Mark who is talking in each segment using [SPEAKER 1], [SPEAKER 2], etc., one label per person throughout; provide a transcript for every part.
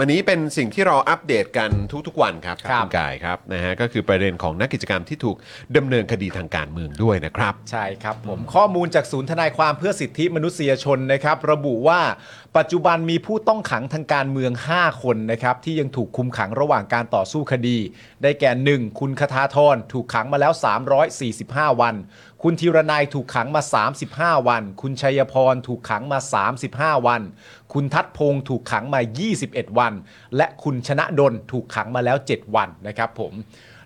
[SPEAKER 1] วันนี้เป็นสิ่งที่เราอัปเดตกันทุกๆวันครับ
[SPEAKER 2] ครับ
[SPEAKER 1] ณกายครับนะฮะก็คือประเด็นของนักกิจกรรมที่ถูกดำเนินคดีทางการเมืองด้วยนะครับ
[SPEAKER 2] ใช่ครับผมข้อมูลจากศูนย์ทนายความเพื่อสิทธิมนุษยชนนะครับ ระบุว่าปัจจุบันมีผู้ต้องขังทางการเมือง 5 คนนะครับ ที่ยังถูกคุมขังระหว่างการต่อสู้คดี ได้แก่ 1 คุณคทาธรถูกขังมาแล้ว 345 วัน คุณธีรนายถูกขังมา 35 วัน คุณชัยพรถูกขังมา 35 วัน คุณทัศพงศ์ถูกขังมา 21 วัน และคุณชนะดลถูกขังมาแล้ว 7 วันนะครับผม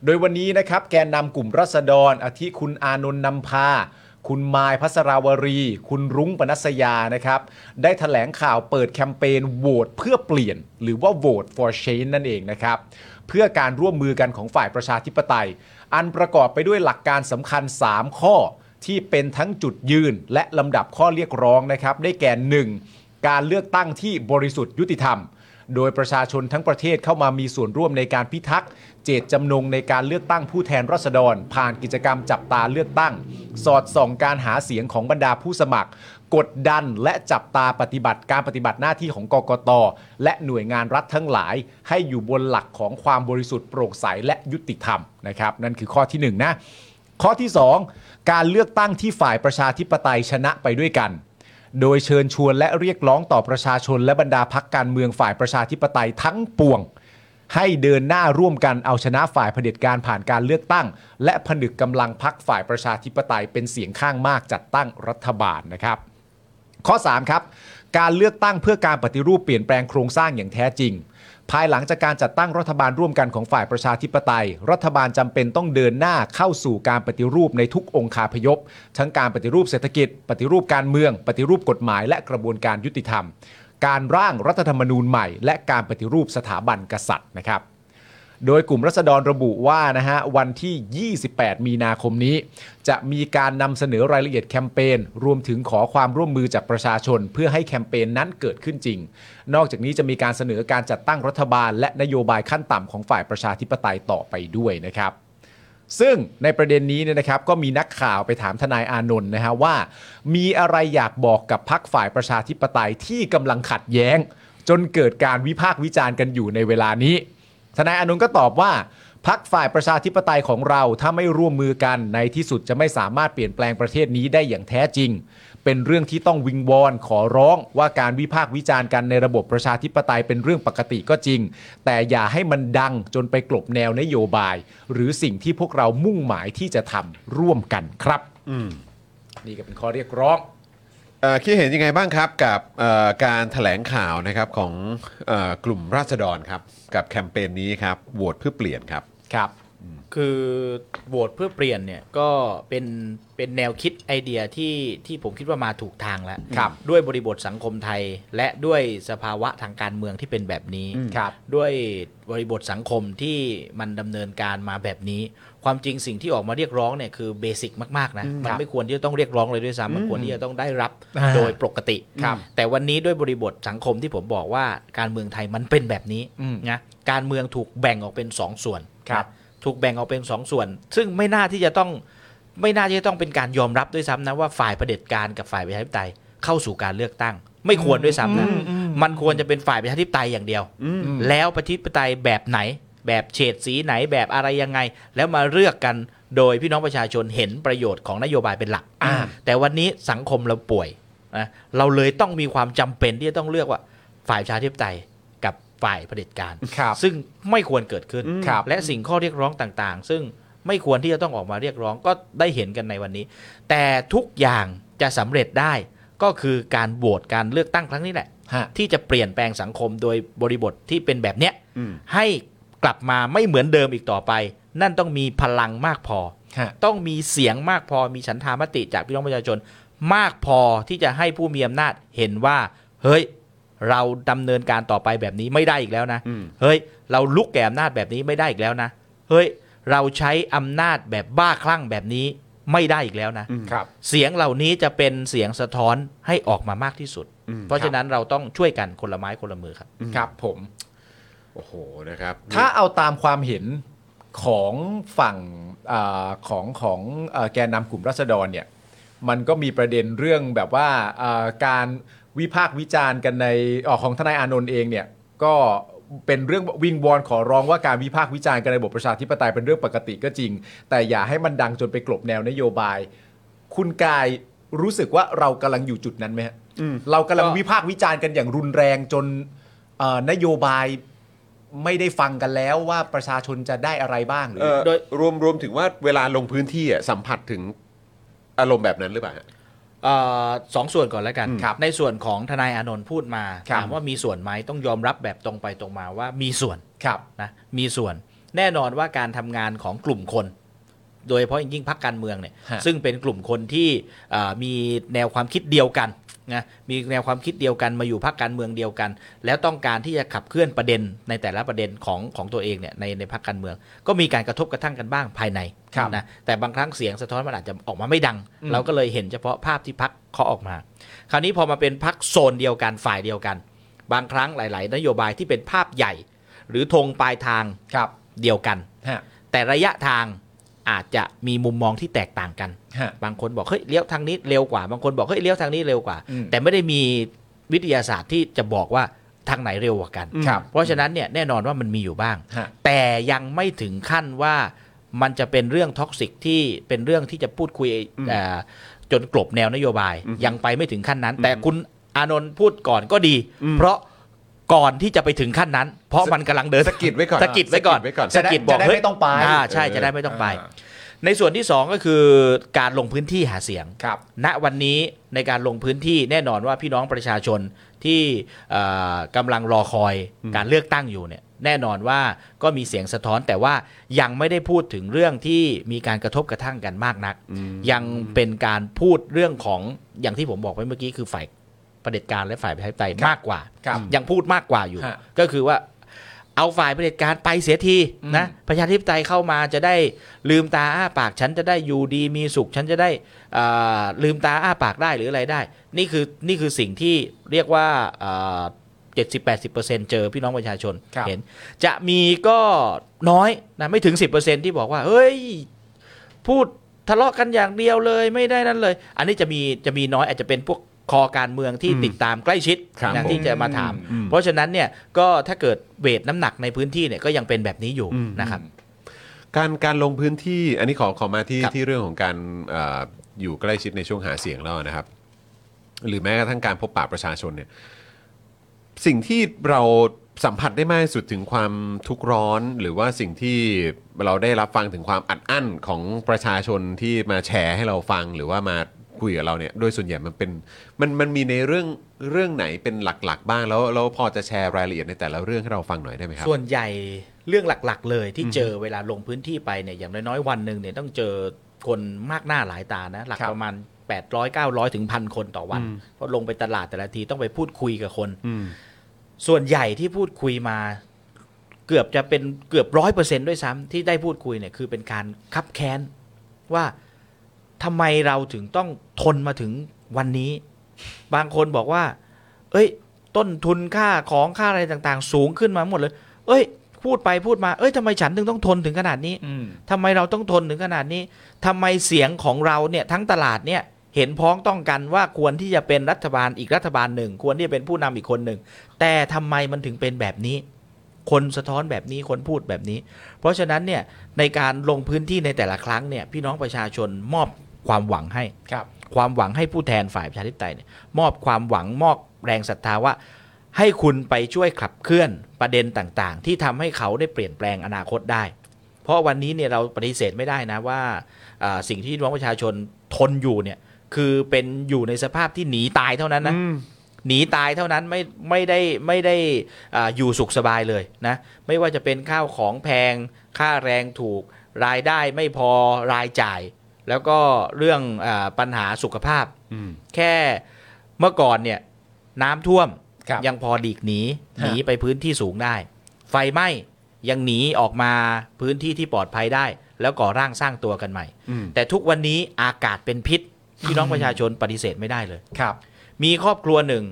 [SPEAKER 2] โดยวันนี้นะครับ แกนนำกลุ่มรัษฎรอาทิคุณอานนท์นำพา คุณมายพัสราวรี คุณรุ้งปนัสยานะครับ ได้ถแถลงข่าวเปิดแคมเปญโหวตเพื่อเปลี่ยน หรือว่าโหวต for change นั่นเองนะครับ เพื่อการร่วมมือกันของฝ่ายประชาธิปไตย อันประกอบไปด้วยหลักการสำคัญ 3 ข้อ ที่เป็นทั้งจุดยืนและลำดับข้อเรียกร้องนะครับ ได้แก่ 1. การเลือกตั้งที่บริสุทธิ์ยุติธรรม โดยประชาชนทั้งประเทศเข้ามามีส่วนร่วมในการพิทักษ์ เจตจำนงในการเลือกตั้งผู้แทนราษฎร ผ่านกิจกรรมจับตาเลือกตั้ง สอดส่องการหาเสียงของบรรดาผู้สมัคร กดดันและจับตาปฏิบัติการปฏิบัติหน้าที่ของกกต และหน่วยงานรัฐทั้งหลาย ให้อยู่บนหลักของความบริสุทธิ์โปร่งใสและยุติธรรมนะครับนั่นคือข้อที่หนึ่งนะ ข้อที่ 2 การเลือกตั้งที่ฝ่ายประชาธิปไตยชนะไปด้วยกัน โดยเชิญชวนและเรียกร้องต่อประชาชนและบรรดาพักการเมืองฝ่ายประชาธิปไตยทั้งปวง ให้เดินหน้าร่วมกันเอาชนะฝ่ายเผด็จการผ่านการเลือกตั้ง และผนึกกำลังพักฝ่ายประชาธิปไตยเป็นเสียงข้างมากจัดตั้งรัฐบาลนะครับ ข้อ 3 ครับ การเลือกตั้งเพื่อการปฏิรูปเปลี่ยนแปลงโครงสร้างอย่างแท้จริง ภายหลังจากการจัดตั้งรัฐบาลร่วมกันของฝ่ายประชาธิปไตย รัฐบาลจำเป็นต้องเดินหน้าเข้าสู่การปฏิรูปในทุกองคาพยพ ทั้งการปฏิรูปเศรษฐกิจ ปฏิรูปการเมือง ปฏิรูปกฎหมายและกระบวนการยุติธรรม การร่างรัฐธรรมนูญใหม่ และการปฏิรูปสถาบันกษัตริย์นะครับ โดยกลุ่มรัษฎรระบุว่านะฮะวันที่ 28 มีนาคมนี้ จะมีการนำเสนอรายละเอียดแคมเปญรวมถึงขอความร่วมมือจากประชาชน เพื่อให้แคมเปญนั้นเกิดขึ้นจริง นอกจากนี้จะมีการเสนอการจัดตั้งรัฐบาล และนโยบายขั้นต่ำของฝ่ายประชาธิปไตยต่อไปด้วยนะครับ ซึ่งในประเด็นนี้เนี่ยนะครับก็มีนักข่าวไปถามทนายอานนท์นะฮะว่า มีอะไรอยากบอกกับพักฝ่ายประชาธิปไตยที่กำลังขัดแย้ง จนเกิดการวิพากษ์วิจารณ์กันอยู่ในเวลานี้ ทนายอานนท์ก็ตอบว่าพักฝ่ายประชาธิปไตยของเราถ้าไม่ร่วมมือกันในที่สุดจะไม่สามารถเปลี่ยนแปลงประเทศนี้ได้อย่างแท้จริง เป็นเรื่องที่ต้องวิงวอนขอร้องว่าการวิพากษ์วิจารณ์กันในระบบประชาธิปไตยเป็นเรื่องปกติก็จริง แต่อย่าให้มันดังจนไปกลบแนวนโยบาย หรือสิ่งที่พวกเรามุ่งหมายที่จะทำร่วมกันครับนี่ก็เป็นข้อเรียกร้อง
[SPEAKER 1] เอ่อคิดเห็นยังไงบ้างครับกับเอ่อการแถลงข่าวนะครับของเอ่อกลุ่มราษฎรครับกับแคมเปญนี้ครับโหวตเพื่อเปลี่ยนครับ
[SPEAKER 2] ครับ
[SPEAKER 3] คือโหวตเพื่อเปลี่ยนเนี่ยก็เป็นเป็นแนวคิดไอเดียที่ที่ผมคิดว่ามาถูกทางแล้ว
[SPEAKER 2] ครับ
[SPEAKER 3] ด้วยบริบทสังคมไทย และด้วยสภาวะทางการเมืองที่เป็นแบบนี้
[SPEAKER 2] ครับ
[SPEAKER 3] ด้วยบริบทสังคมที่มันดำเนินการมาแบบนี้ ความจริงสิ่งที่ออกมาเรียกร้องเนี่ยคือเบสิกมาก ๆ นะ มันไม่ควรที่จะต้องเรียกร้องเลยด้วยซ้ำมันควรที่จะต้องได้รับ
[SPEAKER 2] อ่า
[SPEAKER 3] โดยปกติ
[SPEAKER 2] ครับ
[SPEAKER 3] แต่วันนี้ด้วยบริบทสังคมที่ผมบอกว่าการเมืองไทยมันเป็นแบบนี้
[SPEAKER 2] อืม
[SPEAKER 3] นะการเมืองถูกแบ่งออกเป็นสองส่วน
[SPEAKER 2] ครับ
[SPEAKER 3] นะถูกแบ่งออกเป็นสองส่วน ซึ่งไม่น่าที่จะต้องไม่น่าที่จะต้องเป็นการยอมรับด้วยซ้ำนะว่าฝ่ายเผด็จการกับฝ่ายประชาธิปไตยเข้าสู่การเลือกตั้ง ไม่ควรด้วยซ้ำนะมันควรจะเป็นฝ่ายประชาธิปไตยอย่างเดียว แล้วประชาธิปไตยแบบไหน แบบเฉดสีไหนแบบอะไรยังไง แล้วมาเลือกกันโดยพี่น้องประชาชนเห็นประโยชน์ของนโยบายเป็นหลัก
[SPEAKER 2] อ่า
[SPEAKER 3] แต่วันนี้สังคมเราป่วยนะเราเลยต้องมีความจำเป็นที่จะต้องเลือกว่าฝ่ายประชาธิปไตยกับฝ่ายเผด็จการ
[SPEAKER 2] ครับ
[SPEAKER 3] ซึ่งไม่ควรเกิดขึ้น
[SPEAKER 2] ครับ
[SPEAKER 3] และสิ่งข้อเรียกร้องต่างๆ ซึ่งไม่ควรที่จะต้องออกมาเรียกร้องก็ได้เห็นกันในวันนี้ แต่ทุกอย่างจะสำเร็จได้ก็คือการโหวตการเลือกตั้งครั้งนี้แหละ
[SPEAKER 2] ฮะ
[SPEAKER 3] ที่จะเปลี่ยนแปลงสังคมโดยบริบทที่เป็นแบบเนี้ยให้กลับมาไม่เหมือนเดิมอีกต่อไป นั่นต้องมีพลังมากพอ
[SPEAKER 2] ฮะ
[SPEAKER 3] ต้องมีเสียงมากพอมีฉันทามติจากพี่น้องประชาชน มากพอที่จะให้ผู้มีอำนาจเห็นว่า เฮ้ย เราดำเนินการต่อไปแบบนี้ไม่ได้อีกแล้วนะ เฮ้ย เราลุกแก่อำนาจแบบนี้ไม่ได้อีกแล้วนะ เฮ้ย เราใช้อำนาจแบบบ้าคลั่งแบบนี้ไม่ได้อีกแล้วนะ
[SPEAKER 2] ครับ
[SPEAKER 3] เสียงเหล่านี้จะเป็นเสียงสะท้อนให้ออกมามากที่สุด เพราะฉะนั้นเราต้องช่วยกันคนละไม้คนละมือครับ
[SPEAKER 2] ครับผม
[SPEAKER 1] โอ้โหนะครับ
[SPEAKER 2] ถ้าเอาตามความเห็นของฝั่งเออของของเออแกนนำกลุ่มรัษฎรเนี่ยมันก็มีประเด็นเรื่องแบบว่าเอ่อการวิพากษ์วิจารณ์กันในเออของทนายอานนท์เองเนี่ยก็ เป็นเรื่องวิงวอนขอร้องว่าการวิพากษ์วิจารณ์กันในระบบประชาธิปไตยเป็นเรื่องปกติก็จริง แต่อย่าให้มันดังจนไปกลบแนวนโยบาย คุณกายรู้สึกว่าเรากำลังอยู่จุดนั้นไหมฮะเรากำลังวิพากษ์วิจารณ์กันอย่างรุนแรงจนเอ่อนโยบายไม่ได้ฟังกันแล้วว่าประชาชนจะได้อะไรบ้างหรือ
[SPEAKER 1] เอ่อ
[SPEAKER 3] โดย
[SPEAKER 1] รวมรวมถึงว่าเวลาลงพื้นที่อะสัมผัสถึงอารมณ์แบบนั้นหรือเปล่าฮะ
[SPEAKER 3] เอ่อสองส่วนก่อนแล้วกัน
[SPEAKER 2] ครับ
[SPEAKER 3] ในส่วนของทนายอานนท์พูดมา
[SPEAKER 2] ครับ
[SPEAKER 3] ถามว่ามีส่วนไหมต้องยอมรับแบบตรงไปตรงมาว่ามีส่วน
[SPEAKER 2] ครับ
[SPEAKER 3] นะมีส่วนแน่นอนว่าการทำงานของกลุ่มคน โดยเฉพาะอย่างยิ่งพักการเมืองเนี่ย
[SPEAKER 2] ฮะ
[SPEAKER 3] ซึ่งเป็นกลุ่มคนที่เอ่อมีแนวความคิดเดียวกันนะมีแนวความคิดเดียวกันมาอยู่พักการเมืองเดียวกัน แล้วต้องการที่จะขับเคลื่อนประเด็นในแต่ละประเด็นของของตัวเองเนี่ยในในพักการเมือง ก็มีการกระทบกระทั่งกันบ้างภายใน
[SPEAKER 2] ครับ
[SPEAKER 3] นะแต่บางครั้งเสียงสะท้อนมันอาจจะออกมาไม่ดัง
[SPEAKER 2] อืม
[SPEAKER 3] เราก็เลยเห็นเฉพาะภาพที่พักเขาออกมา คราวนี้พอมาเป็นพักโซนเดียวกันฝ่ายเดียวกัน บางครั้งหลาย ๆ นโยบายที่เป็นภาพใหญ่ หรือธงปลายทาง
[SPEAKER 2] ครับ
[SPEAKER 3] เดียวกัน
[SPEAKER 2] ฮะ
[SPEAKER 3] แต่ระยะทางอาจจะมีมุมมองที่แตกต่างกัน
[SPEAKER 2] ฮะ
[SPEAKER 3] บางคนบอกเฮ้ยเลี้ยวทางนี้เร็วกว่า บางคนบอกเฮ้ยเลี้ยวทางนี้เร็วกว่า
[SPEAKER 2] อืม
[SPEAKER 3] แต่ไม่ได้มีวิทยาศาสตร์ที่จะบอกว่าทางไหนเร็วกว่ากัน
[SPEAKER 2] ครับ
[SPEAKER 3] เพราะฉะนั้นเนี่ยแน่นอนว่ามันมีอยู่บ้าง
[SPEAKER 2] ฮะ
[SPEAKER 3] แต่ยังไม่ถึงขั้นว่ามันจะเป็นเรื่องท็อกซิกที่เป็นเรื่องที่จะพูดคุยเอ่อจนกลบแนวนโยบายยังไปไม่ถึงขั้นนั้น แต่คุณอานนท์พูดก่อนก็ดี เพราะก่อนที่จะไปถึงขั้นนั้น เพราะมันกำลังเดิน
[SPEAKER 1] สะกิดไว้ก่อน
[SPEAKER 3] สะกิดไว้ก่อน
[SPEAKER 1] สะกิดไว้ก่อน
[SPEAKER 3] สะกิดบอก
[SPEAKER 2] จะได้
[SPEAKER 3] เฮ้ย
[SPEAKER 2] ไม่ต้องไป
[SPEAKER 3] าใช่จะได้ไม่ต้องไป ในส่วนที่ 2 ก็คือการลงพื้นที่หาเสียง
[SPEAKER 2] ครับ
[SPEAKER 3] ณวันนี้ในการลงพื้นที่แน่นอนว่าพี่น้องประชาชนที่เอ่อกำลังรอคอยการเลือกตั้งอยู่เนี่ยแน่นอนว่าก็มีเสียงสะท้อนแต่ว่ายังไม่ได้พูดถึงเรื่องที่มีการกระทบกระทั่งกันมากนัก ยังเป็นการพูดเรื่องของอย่างที่ผมบอกไปเมื่อกี้คือฝ่ายเผด็จการและฝ่ายประชาธิปไตยมากกว่า
[SPEAKER 2] ครับ
[SPEAKER 3] ยังพูดมากกว่าอยู่
[SPEAKER 2] ฮะ
[SPEAKER 3] ก็คือว่าเอาฝ่ายเผด็จการไปเสียที
[SPEAKER 2] อืม
[SPEAKER 3] นะประชาธิปไตยเข้ามาจะได้ลืมตาอ้าปากฉันจะได้อยู่ดีมีสุขฉันจะได้ อ่าลืมตาอ้าปากได้หรืออะไรได้ นี่คือนี่คือสิ่งที่เรียกว่าเจ็ดสิบแปดสิบเปอร์เซ็นเจอพี่น้องประชาชน
[SPEAKER 2] ครับ
[SPEAKER 3] เห็น จะมีก็น้อยนะไม่ถึงสิบเปอร์เซ็นที่บอกว่า เฮ้ย พูดทะเลาะกันอย่างเดียวเลยไม่ได้นั่นเลย อันนี้จะมีจะมีน้อยอาจจะเป็นพวกคอการเมืองที่ติดตามใกล้ชิด
[SPEAKER 1] ครับ
[SPEAKER 3] นะ
[SPEAKER 1] ผม
[SPEAKER 3] ที่จะมาถาม เพราะฉะนั้นเนี่ยก็ถ้าเกิดเวทน้ำหนักในพื้นที่เนี่ยก็ยังเป็นแบบนี้อยู่นะครับ
[SPEAKER 1] การการลงพื้นที่อันนี้ขอขอมาที่
[SPEAKER 3] ครับ
[SPEAKER 1] ที่เรื่องของการเอออยู่ใกล้ชิดในช่วงหาเสียงแล้วนะครับ หรือแม้กระทั่งการพบปะประชาชนเนี่ยสิ่งที่เราสัมผัสได้มากที่สุดถึงความทุกข์ร้อน หรือว่าสิ่งที่เราได้รับฟังถึงความอัดอั้นของประชาชนที่มาแชร์ให้เราฟังหรือว่ามาคุยกับเราเนี่ยโดยส่วนใหญ่มันเป็นมันมันมีในเรื่องเรื่องไหนเป็นหลัก ๆ บ้างแล้วเราพอจะแชร์รายละเอียดในแต่ละเรื่องให้เราฟังหน่อยได้ไหมครับ
[SPEAKER 3] ส่วนใหญ่เรื่องหลักๆ เลยที่เจอเวลาลงพื้นที่ไปเนี่ยอย่างน้อยๆวันหนึ่งเนี่ยต้องเจอคนมากหน้าหลายตานะหลัก
[SPEAKER 2] ครับ
[SPEAKER 3] ประมาณ 800 900 ถึงพันคนต่อวัน เพราะลงไปตลาดแต่ละทีต้องไปพูดคุยกับคน ส่วนใหญ่ที่พูดคุยมาเกือบจะเป็นเกือบร้อยเปอร์เซนด้วยซ้ำที่ได้พูดคุยเนี่ยคือเป็นการคับแค้นว่าทำไมเราถึงต้องทนมาถึงวันนี้ บางคนบอกว่า เอ้ย ต้นทุนค่าของค่าอะไรต่างๆ สูงขึ้นมาหมดเลย เอ้ย พูดไปพูดมา เอ้ยทำไมฉันถึงต้องทนถึงขนาดนี้
[SPEAKER 2] อืม
[SPEAKER 3] ทำไมเราต้องทนถึงขนาดนี้ทำไมเสียงของเราเนี่ยทั้งตลาดเนี่ยเห็นพ้องต้องกันว่าควรที่จะเป็นรัฐบาลอีกรัฐบาลหนึ่ง ควรที่จะเป็นผู้นำอีกคนหนึ่ง แต่ทำไมมันถึงเป็นแบบนี้ คนสะท้อนแบบนี้คนพูดแบบนี้ เพราะฉะนั้นเนี่ยในการลงพื้นที่ในแต่ละครั้งเนี่ยพี่น้องประชาชนมอบความหวังให้
[SPEAKER 2] ครับ
[SPEAKER 3] ความหวังให้ผู้แทนฝ่ายประชาธิปไตยเนี่ยมอบความหวังมอบแรงศรัทธาว่า ให้คุณไปช่วยขับเคลื่อนประเด็นต่างๆ ที่ทำให้เขาได้เปลี่ยนแปลงอนาคตได้ เพราะวันนี้เนี่ยเราปฏิเสธไม่ได้นะว่าอ่าสิ่งที่พี่น้องประชาชนทนอยู่เนี่ยคือเป็นอยู่ในสภาพที่หนีตายเท่านั้นนะ หนีตายเท่านั้นไม่ไม่ได้ไม่ได้อาอยู่สุขสบายเลยนะไม่ว่าจะเป็นข้าวของแพง ค่าแรงถูกรายได้ไม่พอรายจ่าย แล้วก็เรื่องอาปัญหาสุขภาพ แค่เมื่อก่อนเนี่ยน้ำท่วม
[SPEAKER 2] ครับ
[SPEAKER 3] ยังพอดีกหนี
[SPEAKER 2] ฮะ
[SPEAKER 3] หนีไปพื้นที่สูงได้ ไฟไหม้ยังหนีออกมาพื้นที่ที่ปลอดภัยได้ แล้วก่อร่างสร้างตัวกันใหม่
[SPEAKER 1] อืม
[SPEAKER 3] แต่ทุกวันนี้อากาศเป็นพิษพี่น้องประชาชนปฏิเสธไม่ได้เลย
[SPEAKER 2] ครับ
[SPEAKER 3] มีครอบครัวหนึ่ง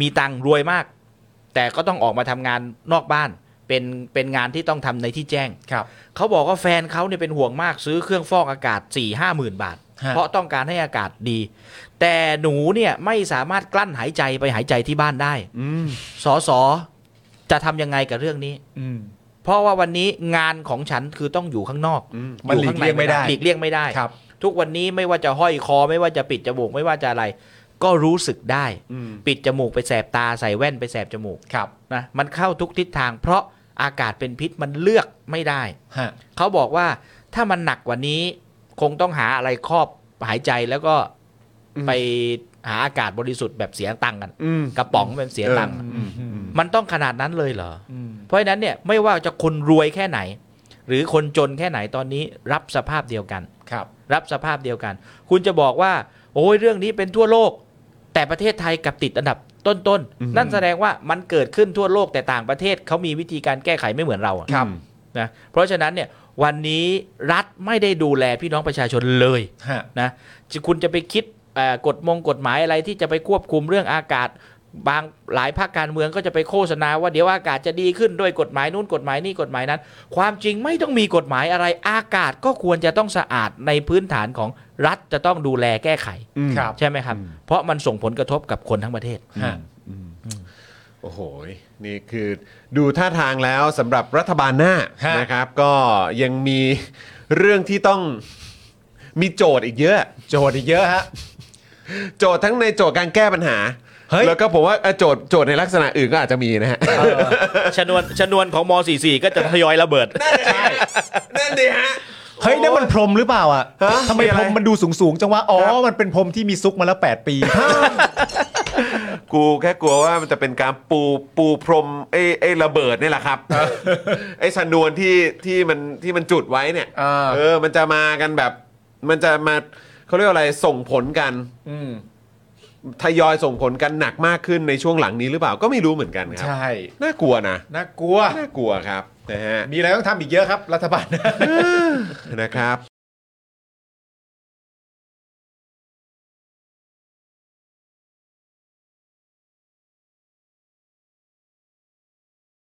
[SPEAKER 3] มีตังค์รวยมาก แต่ก็ต้องออกมาทำงานนอกบ้าน เป็นเป็นงานที่ต้องทำในที่แจ้ง
[SPEAKER 2] ครับ
[SPEAKER 3] เขาบอกว่าแฟนเขาเนี่ยเป็นห่วงมากซื้อเครื่องฟอกอากาศ4ี่ห้าหมื่นบาท
[SPEAKER 2] ฮะ
[SPEAKER 3] เพราะต้องการให้อากาศดี แต่หนูเนี่ยไม่สามารถกลั้นหายใจไปหายใจที่บ้านได้สอสอ จะทำยังไงกับเรื่องนี้
[SPEAKER 2] อืม
[SPEAKER 3] เพราะว่าวันนี้งานของฉันคือต้องอยู่ข้างนอก
[SPEAKER 1] อืม
[SPEAKER 2] มันหลีกเลี่ยงไม่ได้
[SPEAKER 3] หลีกเลี่ยงไม่ได้
[SPEAKER 2] ครับ
[SPEAKER 3] ทุกวันนี้ไม่ว่าจะห้อยคอไม่ว่าจะปิดจมูกไม่ว่าจะอะไร ก็รู้สึกได้
[SPEAKER 1] อืม
[SPEAKER 3] ปิดจมูกไปแสบตาใส่แว่นไปแสบจมูก
[SPEAKER 2] ครับ
[SPEAKER 3] นะมันเข้าทุกทิศทาง เพราะอากาศเป็นพิษมันเลือกไม่ได้
[SPEAKER 2] ฮะ
[SPEAKER 3] เขาบอกว่าถ้ามันหนักกว่านี้คงต้องหาอะไรครอบหายใจแล้วก็
[SPEAKER 1] อืม
[SPEAKER 3] ไปหาอากาศบริสุทธิ์แบบเสียตังค์กัน
[SPEAKER 1] อืม
[SPEAKER 3] กระป๋องเป็นเสียตังค์
[SPEAKER 1] เออ
[SPEAKER 2] อืมอืม
[SPEAKER 3] มันต้องขนาดนั้นเลยเหรอ
[SPEAKER 2] อืม
[SPEAKER 3] เพราะฉะนั้นเนี่ยไม่ว่าจะคนรวยแค่ไหน หรือคนจนแค่ไหนตอนนี้รับสภาพเดียวกัน
[SPEAKER 2] ครับ
[SPEAKER 3] รับสภาพเดียวกัน คุณจะบอกว่า โอ้ยเรื่องนี้เป็นทั่วโลก แต่ประเทศไทยกลับติดอันดับต้นๆน
[SPEAKER 1] อืม
[SPEAKER 3] นั่นแสดงว่ามันเกิดขึ้นทั่วโลกแต่ต่างประเทศเขามีวิธีการแก้ไขไม่เหมือนเราอะ
[SPEAKER 2] ครับ
[SPEAKER 3] นะเพราะฉะนั้นเนี่ยวันนี้รัฐไม่ได้ดูแลพี่น้องประชาชนเลย
[SPEAKER 2] ฮะ
[SPEAKER 3] นะจะคุณจะไปคิดเอ่อกฎมงกฎหมายอะไรที่จะไปควบคุมเรื่องอากาศ บางหลายภาคการเมืองก็จะไปโฆษณาว่าเดี๋ยวอากาศจะดีขึ้นด้วยกฎหมายนู้นกฎหมายนี่กฎหมายนั้น ความจริงไม่ต้องมีกฎหมายอะไร อากาศก็ควรจะต้องสะอาดในพื้นฐานของรัฐจะต้องดูแลแก้ไข
[SPEAKER 1] อืม
[SPEAKER 2] ครับ
[SPEAKER 3] ใช่ไหมครับ
[SPEAKER 1] อืม
[SPEAKER 3] เพราะมันส่งผลกระทบกับคนทั้งประเทศ
[SPEAKER 2] ฮะ
[SPEAKER 1] โอ้โห นี่คือดูท่าทางแล้วสำหรับรัฐบาลหน้า
[SPEAKER 2] ฮะ
[SPEAKER 1] นะครับ ก็ยังมีเรื่องที่ต้องมีโจทย์อีกเยอะ
[SPEAKER 2] โจทย์อีกเยอะฮะ
[SPEAKER 1] โจทย์ทั้งในโจทย์การแก้ปัญหา
[SPEAKER 2] เฮ้ย
[SPEAKER 1] แล้วก็ผมว่าเอ่อโจทย์โจทย์ในลักษณะอื่นก็อาจจะมีนะฮะ
[SPEAKER 3] ชนวนชนวนของม .44 ก็จะทยอยระเบิด
[SPEAKER 1] นั่นดิฮะ
[SPEAKER 2] เฮ้ยนั่นมันพรมหรือเปล่าอ่ะ
[SPEAKER 1] ฮะ
[SPEAKER 2] ทำไม
[SPEAKER 1] มีอะ
[SPEAKER 2] พ
[SPEAKER 1] ไร
[SPEAKER 2] รมมันดูสูงๆจังวะอ๋อ
[SPEAKER 1] ครับ
[SPEAKER 2] มันเป็นพรมที่มีซุกมาแล้ว 8 ปี
[SPEAKER 1] กูแค่กลัวว่ามันจะเป็นการปูปูพรมไอ้ไอ้ระเบิดนี่แหละครับ ไอ้ชนวนที่ที่มันที่มันจุดไว้เนี่ย
[SPEAKER 2] อ่า
[SPEAKER 1] เออ มันจะมากันแบบ มันจะมาเขาเรียกว่าอะไรส่งผลกัน
[SPEAKER 2] อืม
[SPEAKER 1] ทยอยส่งผลกันหนักมากขึ้นในช่วงหลังนี้หรือเปล่าก็ไม่รู้เหมือนกันครับ
[SPEAKER 2] ใช่
[SPEAKER 1] น่ากลัวนะ
[SPEAKER 2] น่ากลัว
[SPEAKER 1] น่ากลัวครับนะฮะ
[SPEAKER 2] มีอะไรต้องทำอีกเยอะครับ รัฐบาล
[SPEAKER 1] นะครับ